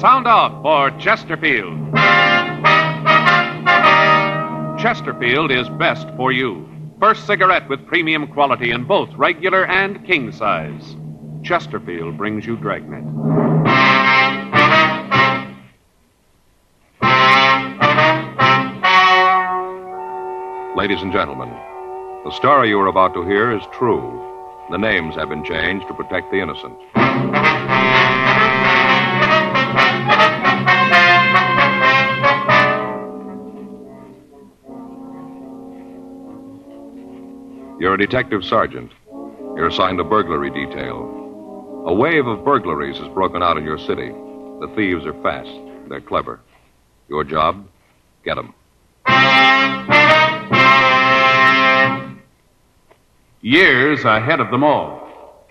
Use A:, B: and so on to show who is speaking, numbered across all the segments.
A: sound out for Chesterfield. Chesterfield is best for you. First cigarette with premium quality in both regular and king size. Chesterfield brings you Dragnet.
B: Ladies and gentlemen, the story you are about to hear is true. The names have been changed to protect the innocent. You're a detective sergeant. You're assigned to burglary detail. A wave of burglaries has broken out in your city. The thieves are fast. They're clever. Your job? Get 'em.
A: Years ahead of them all.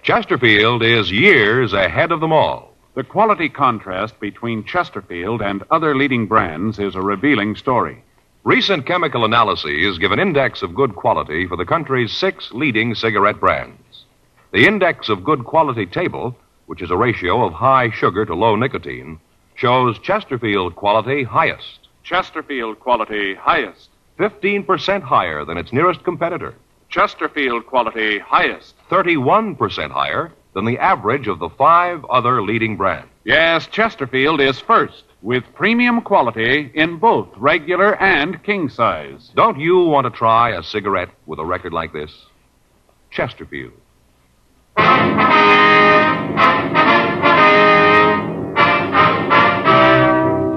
B: Chesterfield is years ahead of them all.
A: The quality contrast between Chesterfield and other leading brands is a revealing story.
B: Recent chemical analyses give an index of good quality for the country's six leading cigarette brands. The index of good quality table, which is a ratio of high sugar to low nicotine, shows Chesterfield quality highest,
A: Chesterfield quality highest.
B: 15% higher than its nearest competitor,
A: Chesterfield quality highest.
B: 31% higher than the average of the five other leading brands.
A: Yes, Chesterfield is first with premium quality in both regular and king size.
B: Don't you want to try a cigarette with a record like this? Chesterfield.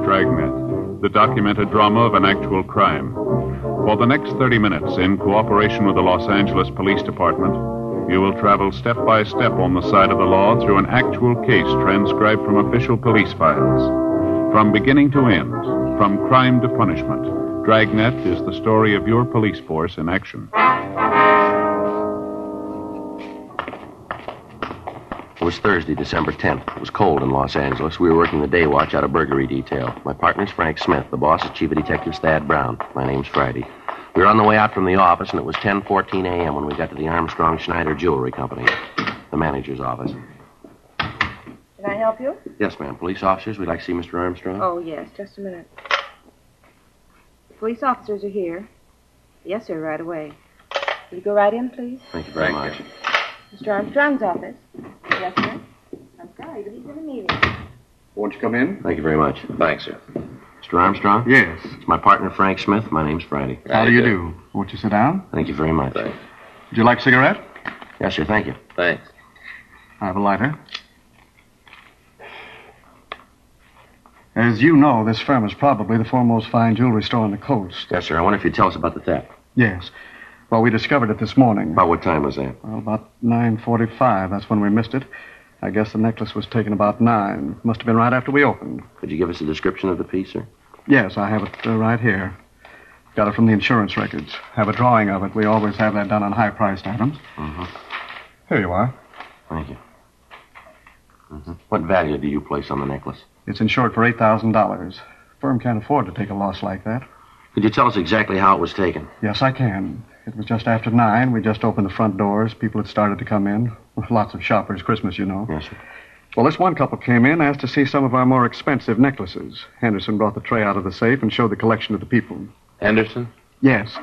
A: Dragnet, the documented drama of an actual crime. For the next 30 minutes, in cooperation with the Los Angeles Police Department, you will travel step by step on the side of the law through an actual case transcribed from official police files. From beginning to end, from crime to punishment, Dragnet is the story of your police force in action.
C: It was Thursday, December 10th. It was cold in Los Angeles. We were working the day watch out of burglary detail. My partner's Frank Smith. The boss is Chief of Detectives Thad Brown. My name's Friday. We were on the way out from the office, and it was 10:14 a.m. when we got to the Armstrong Schneider Jewelry Company, the manager's office.
D: Can I help you?
C: Yes, ma'am. Police officers, we'd like to see Mr. Armstrong.
D: Oh, yes, just a minute. The police officers are here. Yes, sir, right away. Will you go right in, please?
C: Thank you very much.
D: Mr. Armstrong's office. Yes, sir. I'm sorry, but he's in a meeting.
E: Won't you come in?
C: Thank you very much. Thanks, sir. Mr. Armstrong?
E: Yes.
C: It's my partner, Frank Smith. My name's Friday.
E: How do you do? Won't you sit down?
C: Thank you very much.
E: Would you like a cigarette?
C: Yes, sir. Thank you.
F: Thanks.
E: I have a lighter. As you know, this firm is probably the foremost fine jewelry store on the coast.
C: Yes, sir. I wonder if you'd tell us about the theft.
E: Yes. Well, we discovered it this morning.
C: About what time was that?
E: Well, about 9.45. That's when we missed it. I guess the necklace was taken about 9. Must have been right after we opened.
C: Could you give us a description of the piece, sir?
E: Yes, I have it uh, right here. Got it from the insurance records. Have a drawing of it. We always have that done on high-priced items. Here you are.
C: Thank you. hmm What value do you place on the necklace?
E: It's insured for $8,000. Firm can't afford to take a loss like that.
C: Could you tell us exactly how it was taken?
E: Yes, I can. It was just after nine. We just opened the front doors. People had started to come in. Lots of shoppers, Christmas, you know.
C: Yes, sir.
E: Well, this one couple came in, asked to see some of our more expensive necklaces. Henderson brought the tray out of the safe and showed the collection to the people.
F: Henderson?
E: Yes.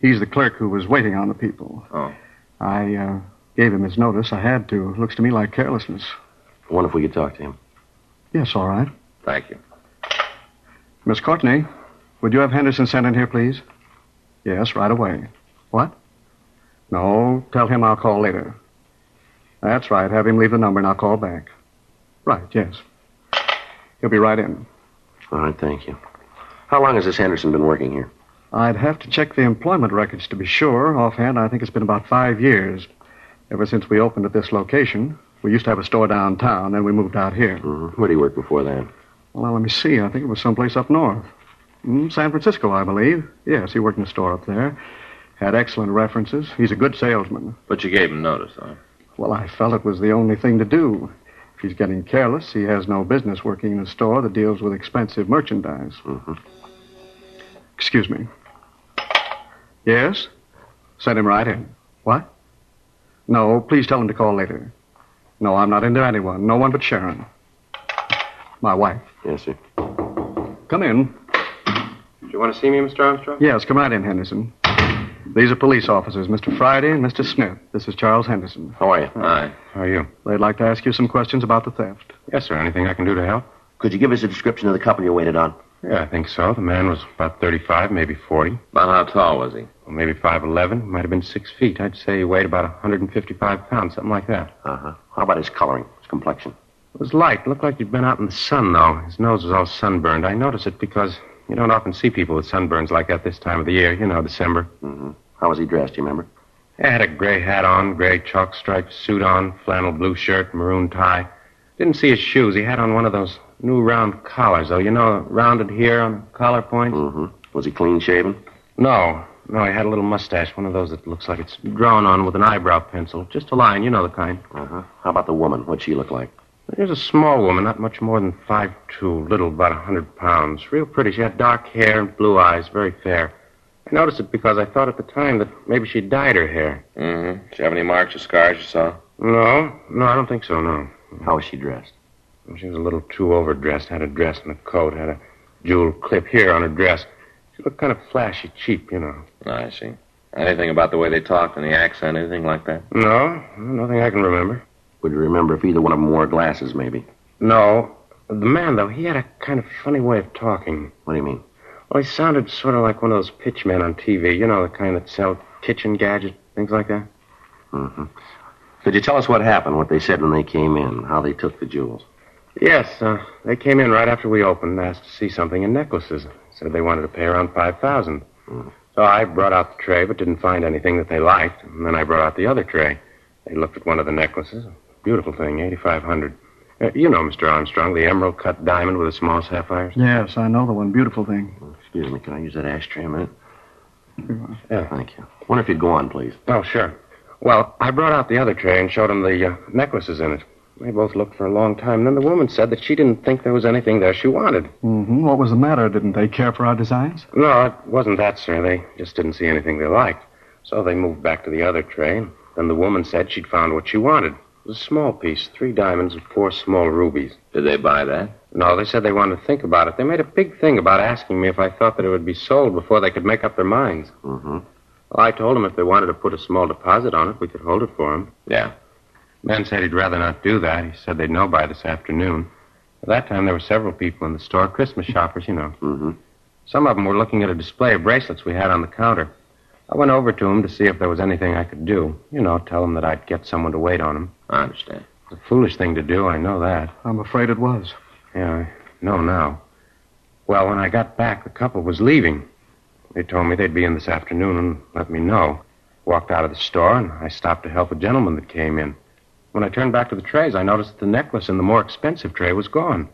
E: He's the clerk who was waiting on the people.
F: Oh.
E: I uh, gave him his notice. I had to. Looks to me like carelessness.
C: I wonder if we could talk to him.
E: Yes, all right.
F: Thank you.
E: Miss Courtney, would you have Henderson sent in here, please? Yes, right away. What? No, tell him I'll call later. That's right. Have him leave the number and I'll call back. Right, yes. He'll be right in.
C: All right, thank you. How long has this Henderson been working here?
E: I'd have to check the employment records to be sure. Offhand, I think it's been about five years. Ever since we opened at this location, we used to have a store downtown, then we moved out here.
C: hmm Where did he work before that?
E: Well, now, let me see. I think it was someplace up north. Mm, San Francisco, I believe. Yes, he worked in a store up there. Had excellent references. He's a good salesman.
F: But you gave him notice, huh?
E: Well, I felt it was the only thing to do. If he's getting careless, he has no business working in a store that deals with expensive merchandise.
F: Mm-hmm.
C: Mhm.
E: Excuse me. Yes? Send him right in. What? No, please tell him to call later. No, I'm not into anyone. No one but Sharon. my wife.
C: Yes, sir.
E: Come in.
F: Do you want to see me, Mr. Armstrong?
E: Yes, come right in, Henderson. These are police officers, Mr. Friday and Mr. Smith. This is Charles Henderson.
C: How are you?
F: Aye.
G: How are you?
E: They'd like to ask you some questions about the theft.
G: Yes, sir. Anything I can do to help?
C: Could you give us a description of the couple you waited on?
G: Yeah, I think so. The man was about 35, maybe 40, or
F: About how tall was he?
G: maybe 5'11. Might have been 6 feet. I'd say he weighed about 155 pounds, something like that.
C: Uh huh. How about his coloring, his complexion?
G: It was light. Looked like he'd been out in the sun, though. His nose was all sunburned. I noticed it because you don't often see people with sunburns like that this time of the year, you know, December.
C: How was he dressed? Do you remember?
G: I had a gray hat on, gray chalk striped suit on, flannel blue shirt, maroon tie. Didn't see his shoes. He had on one of those new round collars, though. You know, rounded here on the collar point.
C: Mm-hmm. Was he clean shaven?
G: No, no, he had a little mustache, one of those that looks like it's drawn on with an eyebrow pencil. Just a line, you know the kind.
C: Uh huh. How about the woman? What'd she look like?
G: There's a small woman, not much more than five two, little, about a 100 pounds. Real pretty. She had dark hair and blue eyes, very fair. I noticed it because I thought at the time that maybe she dyed her hair.
F: Mm-hmm. Did you have any marks or scars you saw?
G: No, no, I don't think so, no.
C: How was she dressed?
G: She was a little too overdressed, had a dress and a coat, had a jewel clip here on her dress. She looked kind of flashy, cheap, you know.
F: I see. Anything about the way they talked and the accent, anything like that?
G: No, nothing I can remember.
C: Would you remember if either one of them wore glasses, maybe?
G: No. The man, though, he had a kind of funny way of talking.
C: What do you mean?
G: Well, he sounded sort of like one of those pitchmen on TV, you know, the kind that sell kitchen gadgets, things like that.
C: Mm-hmm. Could you tell us what happened, what they said when they came in, how they took the jewels?
G: Yes, uh, they came in right after we opened and asked to see something in necklaces. Said they wanted to pay around 5000 So I brought out the tray, but didn't find anything that they liked. And then I brought out the other tray. They looked at one of the necklaces. Beautiful thing, 8500 uh, You know, Mr. Armstrong, the emerald cut diamond with the small sapphires.
E: Yes, I know the one. Beautiful thing.
C: Excuse me, can I use that ashtray a minute?
G: Yeah.
C: Thank you. Wonder if you'd go on, please.
G: Oh, sure. Well, I brought out the other tray and showed them the uh, necklaces in it. They both looked for a long time. Then the woman said that she didn't think there was anything there she wanted.
E: Mm-hmm. What was the matter? Didn't they care for our designs?
G: No, it wasn't that, sir. They just didn't see anything they liked. So they moved back to the other tray. Then the woman said she'd found what she wanted. It was a small piece, three diamonds and four small rubies.
F: Did they buy that?
G: No, they said they wanted to think about it. They made a big thing about asking me if I thought that it would be sold before they could make up their minds.
C: Mm-hmm.
G: Well, I told them if they wanted to put a small deposit on it, we could hold it for them.
F: Yeah.
G: Man said he'd rather not do that. He said they'd know by this afternoon. At that time, there were several people in the store, Christmas shoppers, you know.
C: Mm-hmm.
G: Some of them were looking at a display of bracelets we had on the counter. I went over to him to see if there was anything I could do. You know, tell him that I'd get someone to wait on him.
F: I understand.
G: It's a foolish thing to do, I know that.
E: I'm afraid it was.
G: Yeah, I know now. Well, when I got back, the couple was leaving. They told me they'd be in this afternoon and let me know. Walked out of the store, and I stopped to help a gentleman that came in. When I turned back to the trays, I noticed that the necklace in the more expensive tray was gone.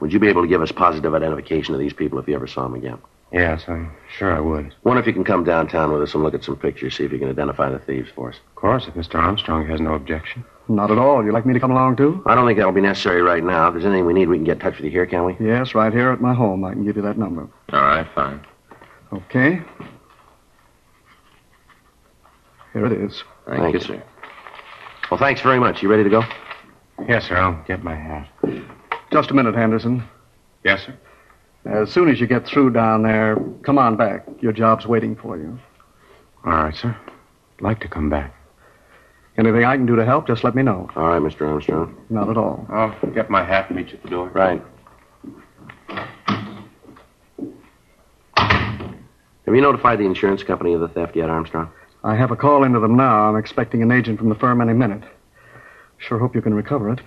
C: Would you be able to give us positive identification of these people if you ever saw them again?
G: Yes, I'm sure I would.
C: Wonder if you can come downtown with us and look at some pictures, see if you can identify the thieves for us.
G: Of course, if Mr. Armstrong has no objection.
E: Not at all. You'd like me to come along, too?
C: I don't think that'll be necessary right now. If there's anything we need, we can get in touch with you here, can we?
E: Yes, right here at my home. I can give you that number.
F: All right, fine.
E: Okay. Here it is.
F: Thank,
C: Thank
F: you,
C: you.
F: sir.
C: Well, thanks very much. You ready to go?
G: Yes, sir, I'll get my hat.
E: Just a minute, Henderson.
G: Yes, sir?
E: As soon as you get through down there, come on back. Your job's waiting for you.
G: All right, sir. I'd like to come back.
E: Anything I can do to help, just let me know.
C: All right, Mr. Armstrong.
E: Not at all.
G: I'll get my hat and meet you at the door.
C: Right. Have you notified the insurance company of the theft yet, Armstrong?
E: I have a call into them now. I'm expecting an agent from the firm any minute. Sure hope you can recover it.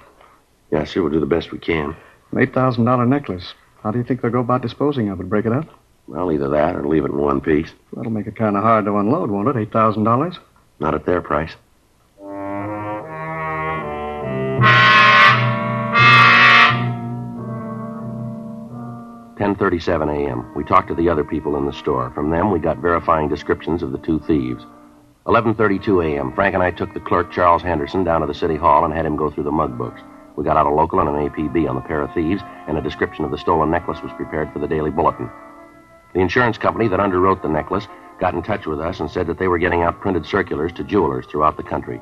C: Yes, sir. We'll do the best we can.
E: An $8,000 necklace. How do you think they'll go about disposing of it? Break it up?
C: Well, either that or leave it in one piece.
E: That'll make it kind of hard to unload, won't it? $8,000?
C: Not at their price. Ten thirty-seven a.m. We talked to the other people in the store. From them, we got verifying descriptions of the two thieves. Eleven thirty-two a.m. Frank and I took the clerk Charles Henderson down to the city hall and had him go through the mug books. We got out a local and an APB on the pair of thieves, and a description of the stolen necklace was prepared for the daily bulletin. The insurance company that underwrote the necklace got in touch with us and said that they were getting out printed circulars to jewelers throughout the country.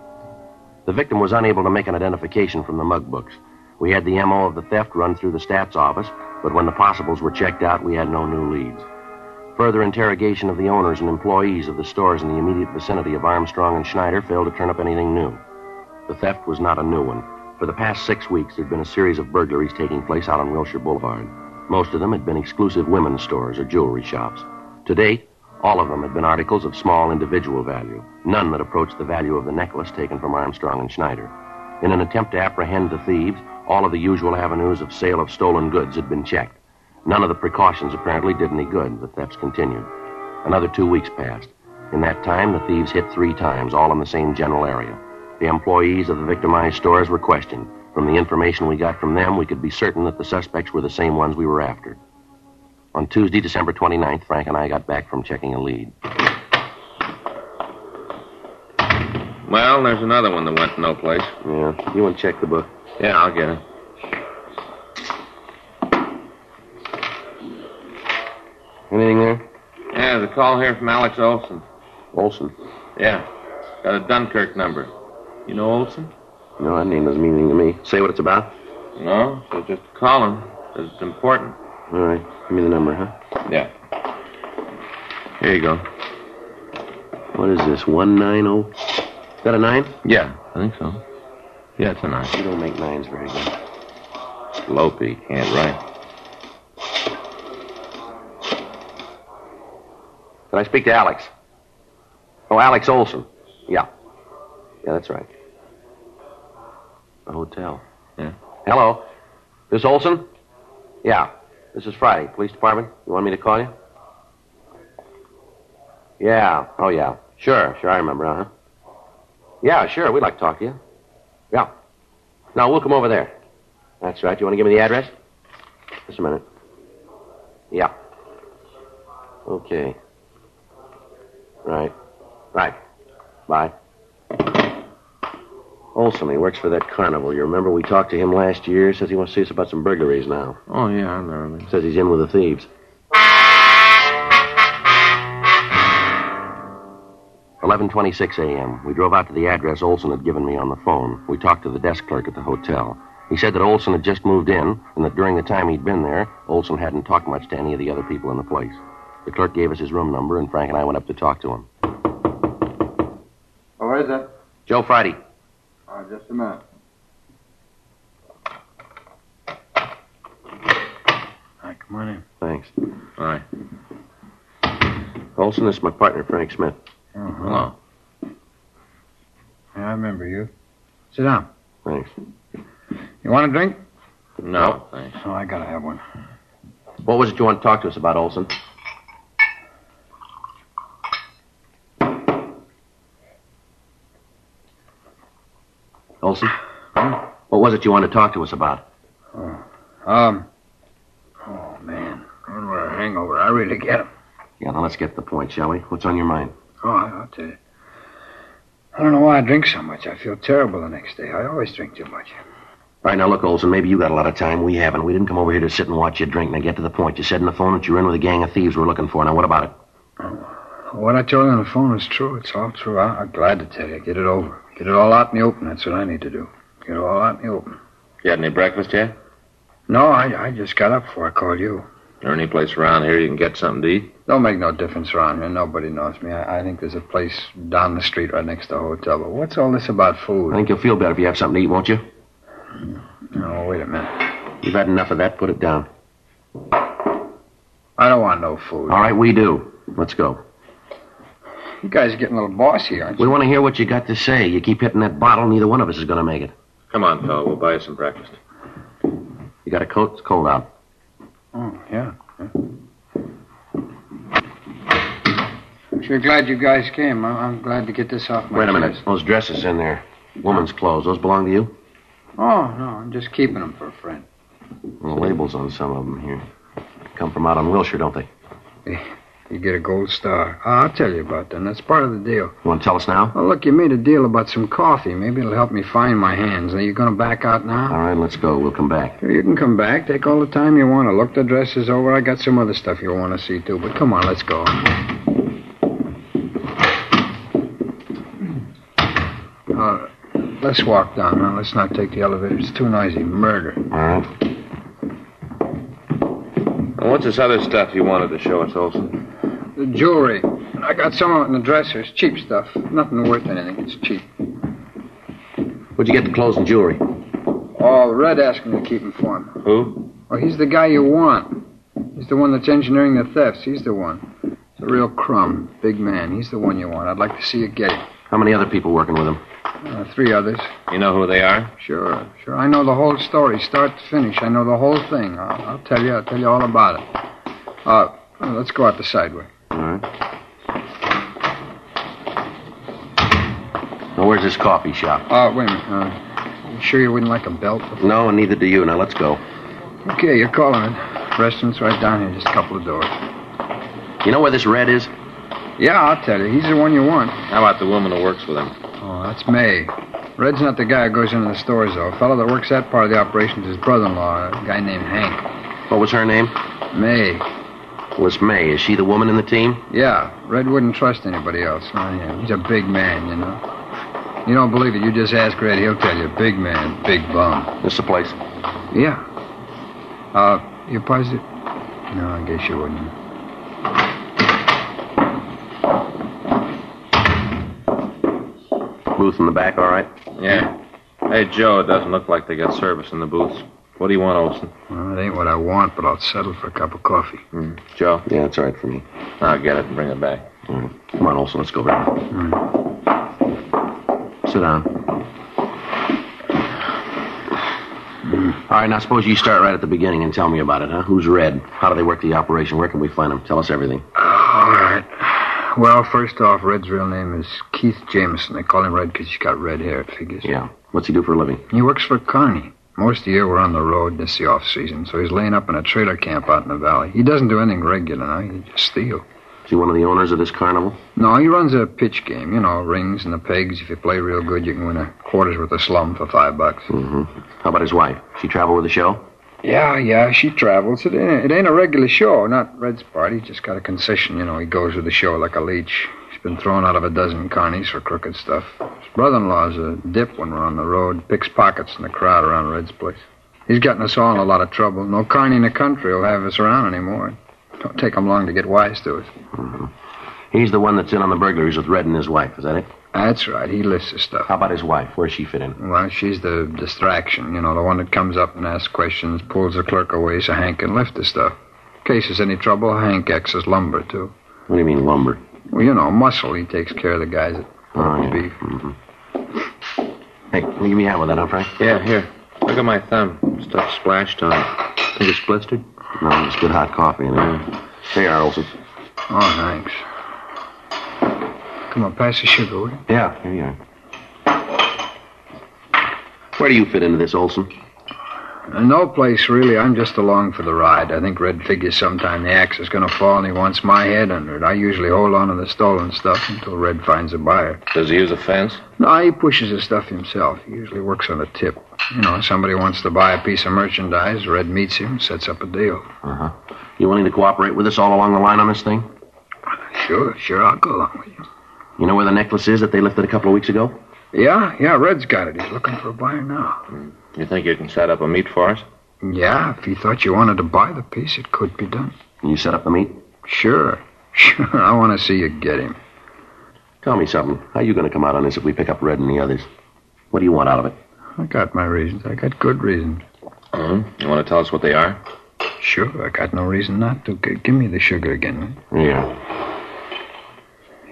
C: The victim was unable to make an identification from the mug books. We had the MO of the theft run through the stats office, but when the possibles were checked out, we had no new leads. Further interrogation of the owners and employees of the stores in the immediate vicinity of Armstrong and Schneider failed to turn up anything new. The theft was not a new one. For the past six weeks, there'd been a series of burglaries taking place out on Wilshire Boulevard. Most of them had been exclusive women's stores or jewelry shops. To date, all of them had been articles of small individual value, none that approached the value of the necklace taken from Armstrong and Schneider. In an attempt to apprehend the thieves, all of the usual avenues of sale of stolen goods had been checked. None of the precautions apparently did any good. The thefts continued. Another two weeks passed. In that time, the thieves hit three times, all in the same general area. The employees of the victimized stores were questioned. From the information we got from them, we could be certain that the suspects were the same ones we were after. On Tuesday, December 29th, Frank and I got back from checking a lead.
F: Well, there's another one that went no place.
C: Yeah, you want to check the book?
F: Yeah, I'll get it.
C: Anything there?
F: Yeah, there's a call here from Alex Olson.
C: Olson?
F: Yeah, got a Dunkirk number. You know Olson?
C: No, that name doesn't mean anything to me. Say what it's about.
F: No, so just call him. Says it's important.
C: All right, give me the number, huh?
F: Yeah. Here you go.
C: What is this? One nine oh? Is that a nine?
F: Yeah, I think so. Yeah, it's a nice.
C: You don't make nines very good.
F: Lopey can't write.
C: Can I speak to Alex? Oh, Alex Olson. Yeah. Yeah, that's right. The hotel.
F: Yeah.
C: Hello. This Olson? Yeah. This is Friday, police department. You want me to call you? Yeah. Oh, yeah. Sure. Sure, I remember, uh huh. Yeah, sure. We'd like to talk to you. Yeah. Now, we'll come over there. That's right. You want to give me the address? Just a minute. Yeah. Okay. Right. Right. Bye. Olson, he works for that carnival. You remember we talked to him last year? Says he wants to see us about some burglaries now.
F: Oh, yeah, I remember.
C: Says he's in with the thieves. Eleven twenty-six a.m. We drove out to the address Olson had given me on the phone. We talked to the desk clerk at the hotel. He said that Olson had just moved in, and that during the time he'd been there, Olson hadn't talked much to any of the other people in the place. The clerk gave us his room number, and Frank and I went up to talk to him.
H: Where is it?
C: Joe Friday.
H: Oh, just a minute.
E: Hi, come on in.
C: Thanks.
F: All right.
C: Olson, this is my partner, Frank Smith.
F: Hello.
E: Yeah, Uh-huh. I remember you. Sit down.
C: Thanks.
E: You want a drink?
F: No, thanks.
E: Oh, I gotta have one.
C: What was it you want to talk to us about, Olson? Olson? Hmm? What was it you wanted to talk to us about?
E: Um. Oh man, I'm a hangover. I really get 'em.
C: Yeah, now let's get to the point, shall we? What's on your mind?
E: Oh, I- I'll tell you. I don't know why I drink so much. I feel terrible the next day. I always drink too much.
C: All right, now look, Olson, maybe you got a lot of time. We haven't. We didn't come over here to sit and watch you drink. Now get to the point. You said in the phone that you were in with a gang of thieves we're looking for. Now what about it?
E: What I told you on the phone is true. It's all true. I- I'm glad to tell you. Get it over. Get it all out in the open. That's what I need to do. Get it all out in the open.
F: You had any breakfast yet?
E: No, I, I just got up before I called you.
F: Or any place around here you can get something to eat?
E: Don't make no difference around here. Nobody knows me. I, I think there's a place down the street right next to the hotel. But what's all this about
C: I
E: food?
C: think you'll feel better if you have something to eat, won't you?
E: No, wait a minute.
C: You've had enough of that. Put it down.
E: I don't want no food.
C: All right, we do. Let's go.
E: You guys are getting a little bossy, aren't you?
C: We want to hear what you got to say. You keep hitting that bottle, neither one of us is going to make it.
F: Come on, fellow. We'll buy you some breakfast.
C: You got a coat? It's cold out.
E: Oh, yeah. yeah. Sure glad you guys came. I- I'm glad to get this off my
C: Wait a minute.
E: chest.
C: Those dresses in there. Woman's clothes. Those belong to you?
E: Oh, no, I'm just keeping them for a friend.
C: The labels on some of them here. Come from out on Wilshire, don't they? You
E: You get a gold star. Ah, I'll tell you about that. That's part of the deal.
C: want to tell us now?
E: Well, look, you made a deal about some coffee. Maybe it'll help me find my hands. Are you going to back out now?
C: All right, let's go. We'll come back.
E: Sure, You can come back. Take all the time you want to. Look the dresses over. I got some other stuff you'll want to see, too. But come on, let's go. Uh,
I: Let's walk down now. Let's not take the elevator. It's too noisy. Murder.
C: All right.
F: Now, what's this other stuff you wanted to show us, Olson?
I: The jewelry. I got some of it in the dresser. It's cheap stuff. Nothing worth anything. It's cheap.
C: Where'd you get the clothes and jewelry?
I: Oh, Red asked me to keep him for him.
F: Who?
I: Well, he's the guy you want. He's the one that's engineering the thefts. He's the one. It's a real crumb. Big man. He's the one you want. I'd like to see you get him.
C: How many other people working with him?
I: Uh, three others.
F: You know who they are?
I: Sure, sure. I know the whole story, start to finish. I know the whole thing. I'll, I'll tell you. I'll tell you all about it. Uh, well, let's go out the sideway.
C: All right. Now, where's this coffee shop?
I: Uh, wait a minute. Uh, you sure you wouldn't like a belt?
C: No, and neither do you. Now, let's go.
I: Okay, you're calling it. Restaurant's right down here, just a couple of doors.
C: You know where this red is?
I: Yeah, I'll tell you. He's the one you want.
F: How about the woman who works with him?
I: Oh, that's May. Red's not the guy who goes into the stores, though. A fellow that works that part of the operation's his brother-in-law, a guy named Hank.
C: What was her name?
I: May.
C: Was May. Is she the woman in the team?
I: Yeah, Red wouldn't trust anybody else. Not him. He's a big man, you know. You don't believe it. You just ask Red. He'll tell you. Big man, big bum.
C: This the place.
I: Yeah. Uh, you positive? No, I guess you wouldn't.
C: Booth in the back, all right?
F: Yeah. Hey, Joe, it doesn't look like they got service in the booths. What do you want, Olson?
I: Well, it ain't what I want, but I'll settle for a cup of coffee.
F: Joe,
C: Yeah, that's all right for me.
F: I'll get it and bring it back.
C: All right. Come on, Olson, let's go over there. Sit down. All right, now suppose you start right at the beginning and tell me about it, huh? Who's Red? How do they work the operation? Where can we find them? Tell us everything.
I: All right. Well, first off, Red's real name is Keith Jameson. They call him Red because he's got red hair, it figures.
C: Yeah. What's he do for a living?
I: He works for Carney. Most of the year we're on the road. This is the off season, so he's laying up in a trailer camp out in the valley. He doesn't do anything regular now. He just steals.
C: Is he one of the owners of this carnival?
I: No, he runs a pitch game. You know, rings and the pegs. If you play real good, you can win a quarter's worth of slum for five bucks.
C: Mm-hmm. How about his wife? She travel with the show?
I: Yeah, yeah, she travels. It ain't, it ain't a regular show. Not Red's party. He's just got a concession. You know, he goes with the show like a leech. He's been thrown out of a dozen carnies for crooked stuff. His brother-in-law's a dip when we're on the road. Picks pockets in the crowd around Red's place. He's gotten us all in a lot of trouble. No carny in the country will have us around anymore. Don't take 'em long to get wise to us.
C: He's the one that's in on the burglaries with Red and his wife, is that it?
I: That's right. He lists the stuff.
C: How about his wife? Where's she fit in?
I: Well, she's the distraction, you know, the one that comes up and asks questions, pulls the clerk away so Hank can lift the stuff. In case there's any trouble, Hank acts as lumber, too.
C: What do you mean, lumber?
I: Well, you know, Muscle, he takes care of the guys that
C: Oh, yeah.
I: beef.
C: Hey, can you give me a hand with that, huh, Frank?
F: Yeah, here. Look at my thumb. Stuff splashed on it. Think it's blistered?
C: No, it's good hot coffee in there. Here you are, Olson.
I: Oh, thanks. Come on, pass the sugar, will you?
C: Yeah, here you are. Where do you fit into this, Olson?
I: Uh, No place, really. I'm just along for the ride. I think Red figures sometime the axe is going to fall and he wants my head under it. I usually hold on to the stolen stuff until Red finds a buyer.
F: Does he use a fence?
I: No, he pushes his stuff himself. He usually works on a tip. You know, somebody wants to buy a piece of merchandise, Red meets him, sets up a deal.
C: Uh-huh. You willing to cooperate with us all along the line on this thing?
I: Sure, sure, I'll go along with
C: You know where the necklace is that they lifted a couple of weeks ago?
I: you. Yeah, yeah, Red's got it. He's looking for a buyer now.
F: Mm. You think you can set up a meet for us?
I: Yeah, if he thought you wanted to buy the piece, it could be done.
C: Can you set up the meet?
I: Sure, sure, I want to see you get him.
C: Tell me something. How are you going to come out on this if we pick up Red and the others? What do you want out of it?
I: I got my reasons. I got good reasons.
F: Mm-hmm. You want to tell us what they are?
I: Sure, I got no reason not to. G- give me the sugar again. will you?
C: Yeah.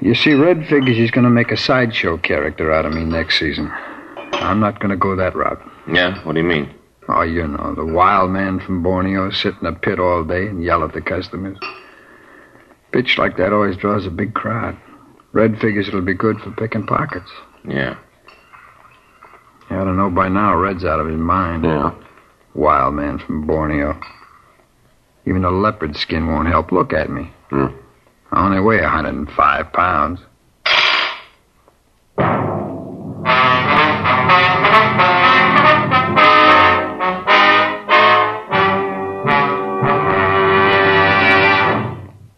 I: You see, Red figures he's going to make a sideshow character out of me next season. I'm not going to go that route.
F: Yeah, what do you mean?
I: Oh, you know, the wild man from Borneo sit in a pit all day and yell at the customers. Pitch like that always draws a big crowd. Red figures it'll be good for picking pockets.
F: Yeah.
I: You ought to know by now Red's out of his mind.
C: Yeah.
I: Wild man from Borneo. Even a leopard skin won't help. Look at me.
C: Hmm.
I: I only weigh 105 pounds.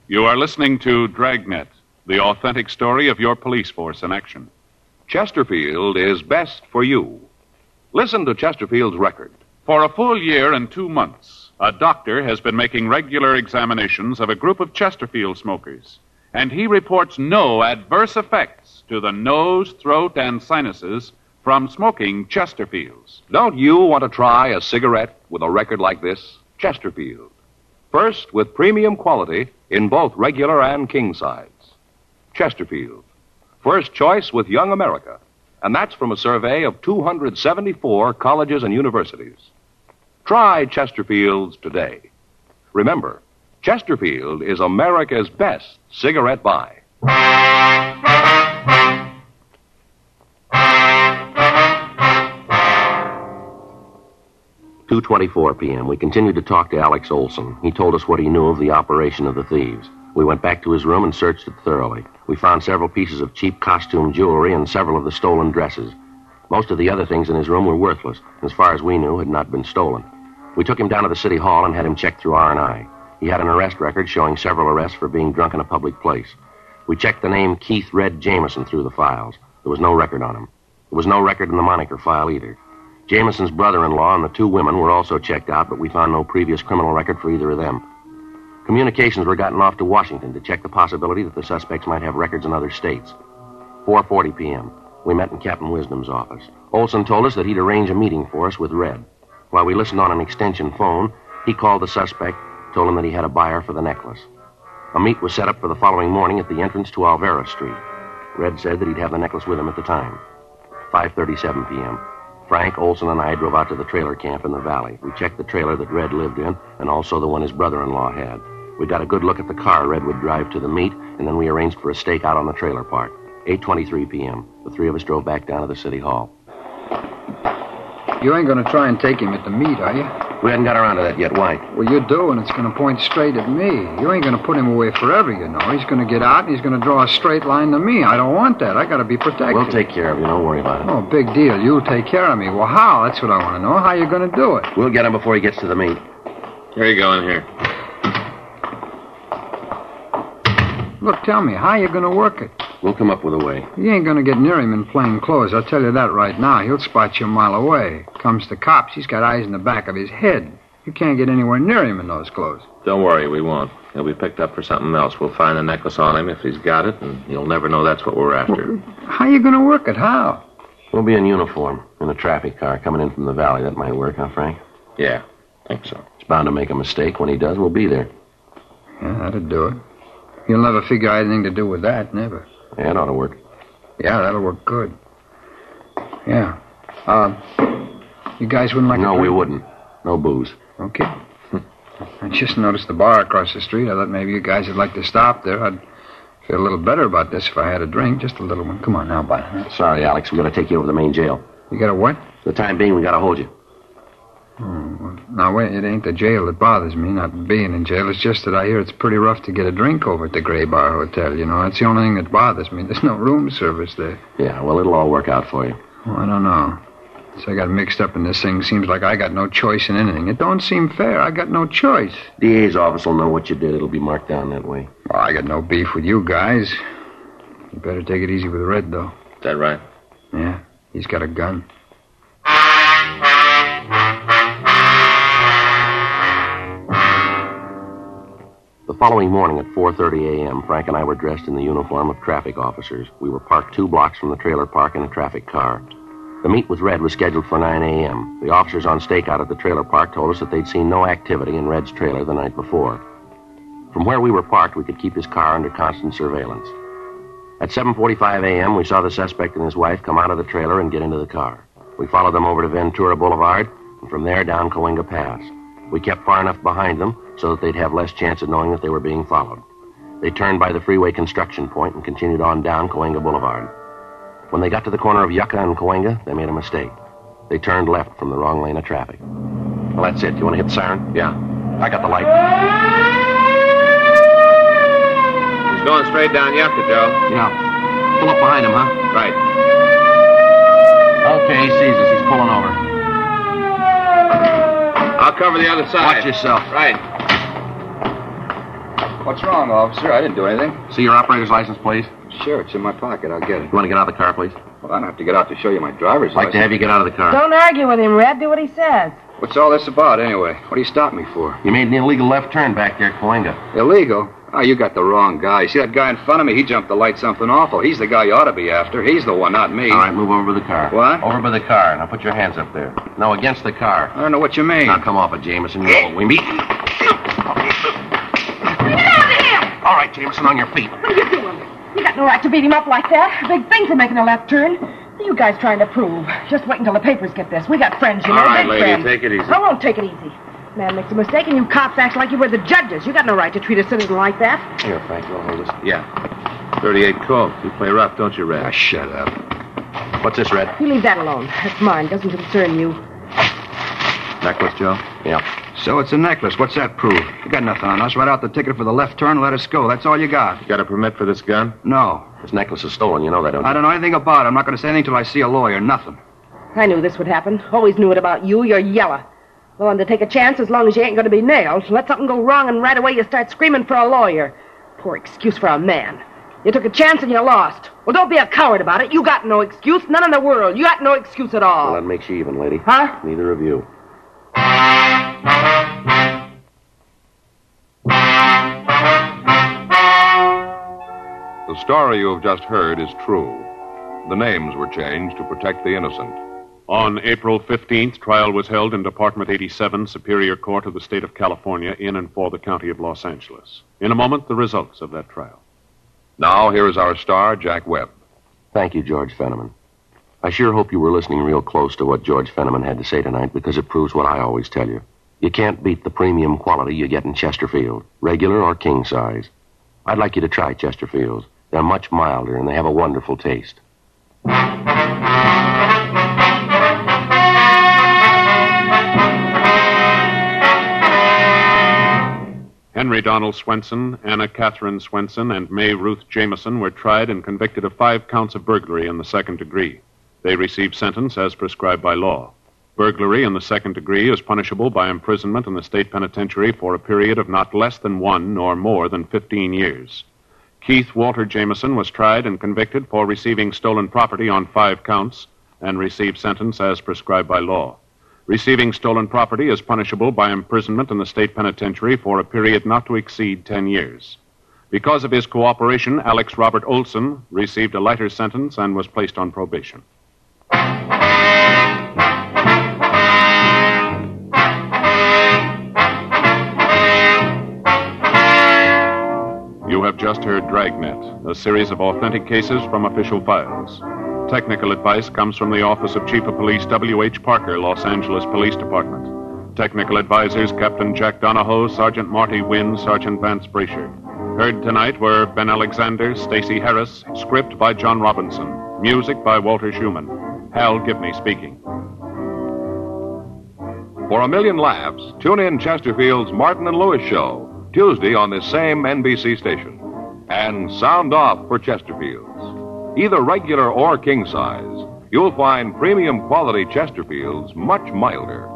A: You are listening to Dragnet, the authentic story of your police force in action.
B: Chesterfield is best for you. Listen to Chesterfield's record.
A: For a full year and two months, a doctor has been making regular examinations of a group of Chesterfield smokers, and he reports no adverse effects to the nose, throat, and sinuses from smoking Chesterfields.
B: Don't you want to try a cigarette with a record like this? Chesterfield. First with premium quality in both regular and king size. Chesterfield. First choice with Young America. And that's from a survey of 274 colleges and universities. Try Chesterfield's today. Remember, Chesterfield is America's best cigarette buy.
C: Two twenty-four p.m. We continued to talk to Alex Olson. He told us what he knew of the operation of the thieves. We went back to his room and searched it thoroughly. We found several pieces of cheap costume jewelry and several of the stolen dresses. Most of the other things in his room were worthless, and as far as we knew, had not been stolen. We took him down to the city hall and had him checked through R&I. He had an arrest record showing several arrests for being drunk in a public place. We checked the name Keith Red Jameson through the files. There was no record on him. There was no record in the moniker file either. Jameson's brother-in-law and the two women were also checked out, but we found no previous criminal record for either of them. Communications were gotten off to Washington to check the possibility that the suspects might have records in other states. 4:40 p.m. We met in Captain Wisdom's office. Olson told us that he'd arrange a meeting for us with Red. While we listened on an extension phone, he called the suspect, told him that he had a buyer for the necklace. A meet was set up for the following morning at the entrance to Alvera Street. Red said that he'd have the necklace with him at the time. 5:37 p.m. Frank, Olson, and I drove out to the trailer camp in the valley. We checked the trailer that Red lived in and also the one his brother in law had. We got a good look at the car Red would drive to the meet, and then we arranged for a stakeout on the trailer park. 8.23 p.m. The three of us drove back down to the city hall.
I: You ain't going to try and take him at the meet, are you?
C: We hadn't got around to that yet. Why?
I: Well, you do, and it's going to point straight at me. You ain't going to put him away forever, you know. He's going to get out, and he's going to draw a straight line to me. I don't want that. I got to be protected.
C: We'll take care of you. Don't worry about it.
I: Oh, big deal. You'll take care of me. Well, how? That's what I want to know. How you going to do it?
C: We'll get him before he gets to the meet.
F: Here you go in here.
I: Look, tell me, how you going to work it?
C: We'll come up with a way.
I: You ain't going to get near him in plain clothes. I'll tell you that right now. He'll spot you a mile away. Comes to cops, he's got eyes in the back of his head. You can't get anywhere near him in those clothes.
F: Don't worry, we won't. He'll be picked up for something else. We'll find the necklace on him if he's got it, and he'll never know that's what we're after.
I: How you going to work it? How?
C: We'll be in uniform, in a traffic car coming in from the valley. That might work, huh, Frank?
F: Yeah, think so.
C: He's bound to make a mistake. When he does, we'll be there.
I: Yeah, that'd do it. You'll never figure I had anything to do with that, never.
C: Yeah, it ought to work.
I: Yeah, that'll work good. Yeah. Uh, you guys wouldn't like
C: no,
I: a
C: we wouldn't. No booze.
I: Okay. I just noticed the bar across the street. I thought maybe you guys would like to stop there. I'd feel a little better about this if I had a drink, just a little one. Come on now, Bonnie.
C: Sorry, Alex. We got to take you over to the main jail.
I: You got a what?
C: For the time being, we got to hold you.
I: Oh, well, now, wait, it ain't the jail that bothers me, not being in jail. It's just that I hear it's pretty rough to get a drink over at the Gray Bar Hotel, you know. That's the only thing that bothers me. There's no room service there.
C: Yeah, well, it'll all work out for you.
I: Oh, I don't know. So I got mixed up in this thing. Seems like I got no choice in anything. It don't seem fair. I got no choice.
C: DA's office will know what you did. It'll be marked down that way.
I: Well, I got no beef with you guys. You better take it easy with Red, though.
F: Is that right?
I: Yeah, he's got a gun.
C: The following morning at 4:30 a.m., Frank and I were dressed in the uniform of traffic officers. We were parked 2 blocks from the trailer park in a traffic car. The meet with Red was scheduled for 9 a.m. The officers on stakeout at the trailer park told us that they'd seen no activity in Red's trailer the night before. From where we were parked, we could keep his car under constant surveillance. At 7:45 a.m., we saw the suspect and his wife come out of the trailer and get into the car. We followed them over to Ventura Boulevard and from there down Coenga Pass. We kept far enough behind them so that they'd have less chance of knowing that they were being followed. They turned by the freeway construction point and continued on down Coenga Boulevard. When they got to the corner of Yucca and Coenga, they made a mistake. They turned left from the wrong lane of traffic. Well, that's it. You want to hit the siren?
F: Yeah.
C: I got the light.
F: He's going straight down Yucca, Joe.
C: Yeah. Pull up behind him, huh?
F: Right.
C: Okay, he sees us. He's pulling over.
F: I'll cover the other side.
C: Watch yourself.
F: Right.
H: What's wrong, officer? I didn't do anything.
C: See your operator's license, please.
H: Sure, it's in my pocket. I'll get it.
C: You want to get out of the car, please?
J: Well, I'd have to get out to show you my driver's
C: Like
J: license.
C: to have you get out of the car.
D: Don't argue with him, Red. Do what he says.
J: What's all this about, anyway? What do you stop me for?
C: You made an illegal left turn back there at Calinga.
J: Illegal? Oh, you got the wrong guy. You see that guy in front of me? He jumped the light something awful. He's the guy you ought to be after. He's the one, not me.
C: All right, move over by the car.
J: What?
C: Over by the car. Now put your hands up there. No, against the car.
J: I don't know what you mean.
C: Now come off it, Jameson. You old wimpy. All right, Jameson, on your feet.
K: What are you doing? You got no right to beat him up like that. Big thing for making a left turn. What are you guys trying to prove? Just wait until the papers get this. We got friends, you know.
F: All right,
K: big
F: lady,
K: friends.
F: take it easy.
K: I won't take it easy. Man makes a mistake, and you cops act like you were the judges. You got no right to treat a citizen like that.
F: Here, Frank, you'll hold this. Yeah. 38 Colt. You play rough, don't you,
L: Ah,
F: Red? shut up. What's this, Red?
K: You leave that alone. That's mine. Doesn't concern you.
F: Necklace, Joe?
C: Yeah.
L: So it's a necklace. What's that prove? You got nothing on us. Write out the ticket for the left turn. Let us go. That's all you got.
F: You got a permit for this gun?
L: No.
C: This necklace is stolen. You know that, don't you?
L: I don't know anything about it. I'm not going to say anything till I see a lawyer. Nothing.
K: I knew this would happen. Always knew it about you. You're yeller. Willing to take a chance as long as you ain't going to be nailed. Let something go wrong, and right away you start screaming for a lawyer. Poor excuse for a man. You took a chance and you lost. Well, don't be a coward about it. You got no excuse. None in the world. You got no excuse at all.
C: Well, that makes you even, lady.
K: Huh?
C: Neither of you.
B: The story you have just heard is true. The names were changed to protect the innocent.
A: On April 15th, trial was held in Department 87, Superior Court of the State of California, in and for the County of Los Angeles. In a moment, the results of that trial.
B: Now, here is our star, Jack Webb.
C: Thank you, George Fenneman. I sure hope you were listening real close to what George Fenneman had to say tonight because it proves what I always tell you. You can't beat the premium quality you get in Chesterfield, regular or king size. I'd like you to try Chesterfields. They're much milder and they have a wonderful taste.
A: Henry Donald Swenson, Anna Catherine Swenson, and May Ruth Jameson were tried and convicted of five counts of burglary in the second degree. They received sentence as prescribed by law. Burglary in the second degree is punishable by imprisonment in the state penitentiary for a period of not less than one nor more than 15 years. Keith Walter Jameson was tried and convicted for receiving stolen property on five counts and received sentence as prescribed by law. Receiving stolen property is punishable by imprisonment in the state penitentiary for a period not to exceed 10 years. Because of his cooperation, Alex Robert Olson received a lighter sentence and was placed on probation. You have just heard Dragnet, a series of authentic cases from official files. Technical advice comes from the Office of Chief of Police W.H. Parker, Los Angeles Police Department. Technical advisors Captain Jack Donahoe, Sergeant Marty Wynn, Sergeant Vance Brasher. Heard tonight were Ben Alexander, Stacy Harris, script by John Robinson, music by Walter Schumann. Hal Gibney speaking.
B: For a million laughs, tune in Chesterfield's Martin and Lewis show, Tuesday on this same NBC station. And sound off for Chesterfields. Either regular or king size, you'll find premium quality Chesterfields much milder.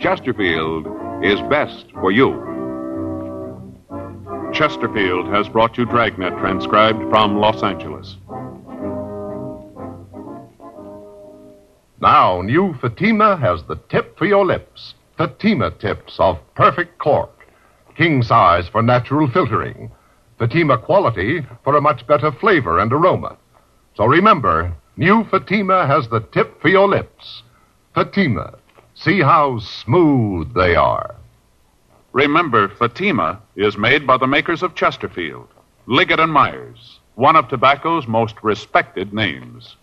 B: Chesterfield is best for you.
A: Chesterfield has brought you Dragnet, transcribed from Los Angeles.
M: Now, new Fatima has the tip for your lips. Fatima tips of perfect cork. King size for natural filtering. Fatima quality for a much better flavor and aroma. So remember, new Fatima has the tip for your lips. Fatima. See how smooth they are.
A: Remember, Fatima is made by the makers of Chesterfield, Liggett and Myers, one of tobacco's most respected names.